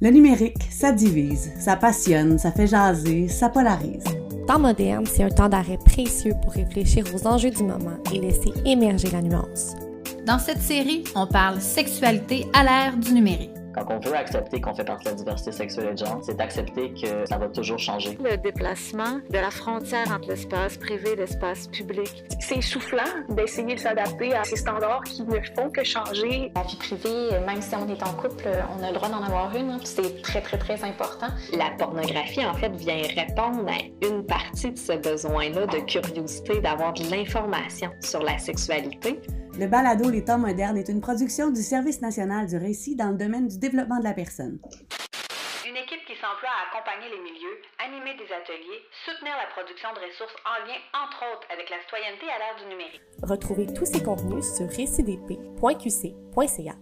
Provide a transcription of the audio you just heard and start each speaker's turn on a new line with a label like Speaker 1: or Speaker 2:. Speaker 1: Le numérique, ça divise, ça passionne, ça fait jaser, ça polarise.
Speaker 2: Temps moderne, c'est un temps d'arrêt précieux pour réfléchir aux enjeux du moment et laisser émerger la nuance.
Speaker 3: Dans cette série, on parle sexualité à l'ère du numérique.
Speaker 4: Quand on veut accepter qu'on fait partie de la diversité sexuelle et de genre, c'est d'accepter que ça va toujours changer.
Speaker 5: Le déplacement de la frontière entre l'espace privé et l'espace public.
Speaker 6: C'est soufflant d'essayer de s'adapter à ces standards qui ne font que changer.
Speaker 7: La vie privée, même si on est en couple, on a le droit d'en avoir une. Hein, c'est très, très, très important.
Speaker 8: La pornographie, en fait, vient répondre à une partie de ce besoin-là de curiosité, d'avoir de l'information sur la sexualité.
Speaker 1: Le balado Les temps modernes est une production du Service national du récit dans le domaine du développement de la personne.
Speaker 9: Une équipe qui s'emploie à accompagner les milieux, animer des ateliers, soutenir la production de ressources en lien, entre autres, avec la citoyenneté à l'ère du numérique.
Speaker 2: Retrouvez tous ces contenus sur récitdp.qc.ca.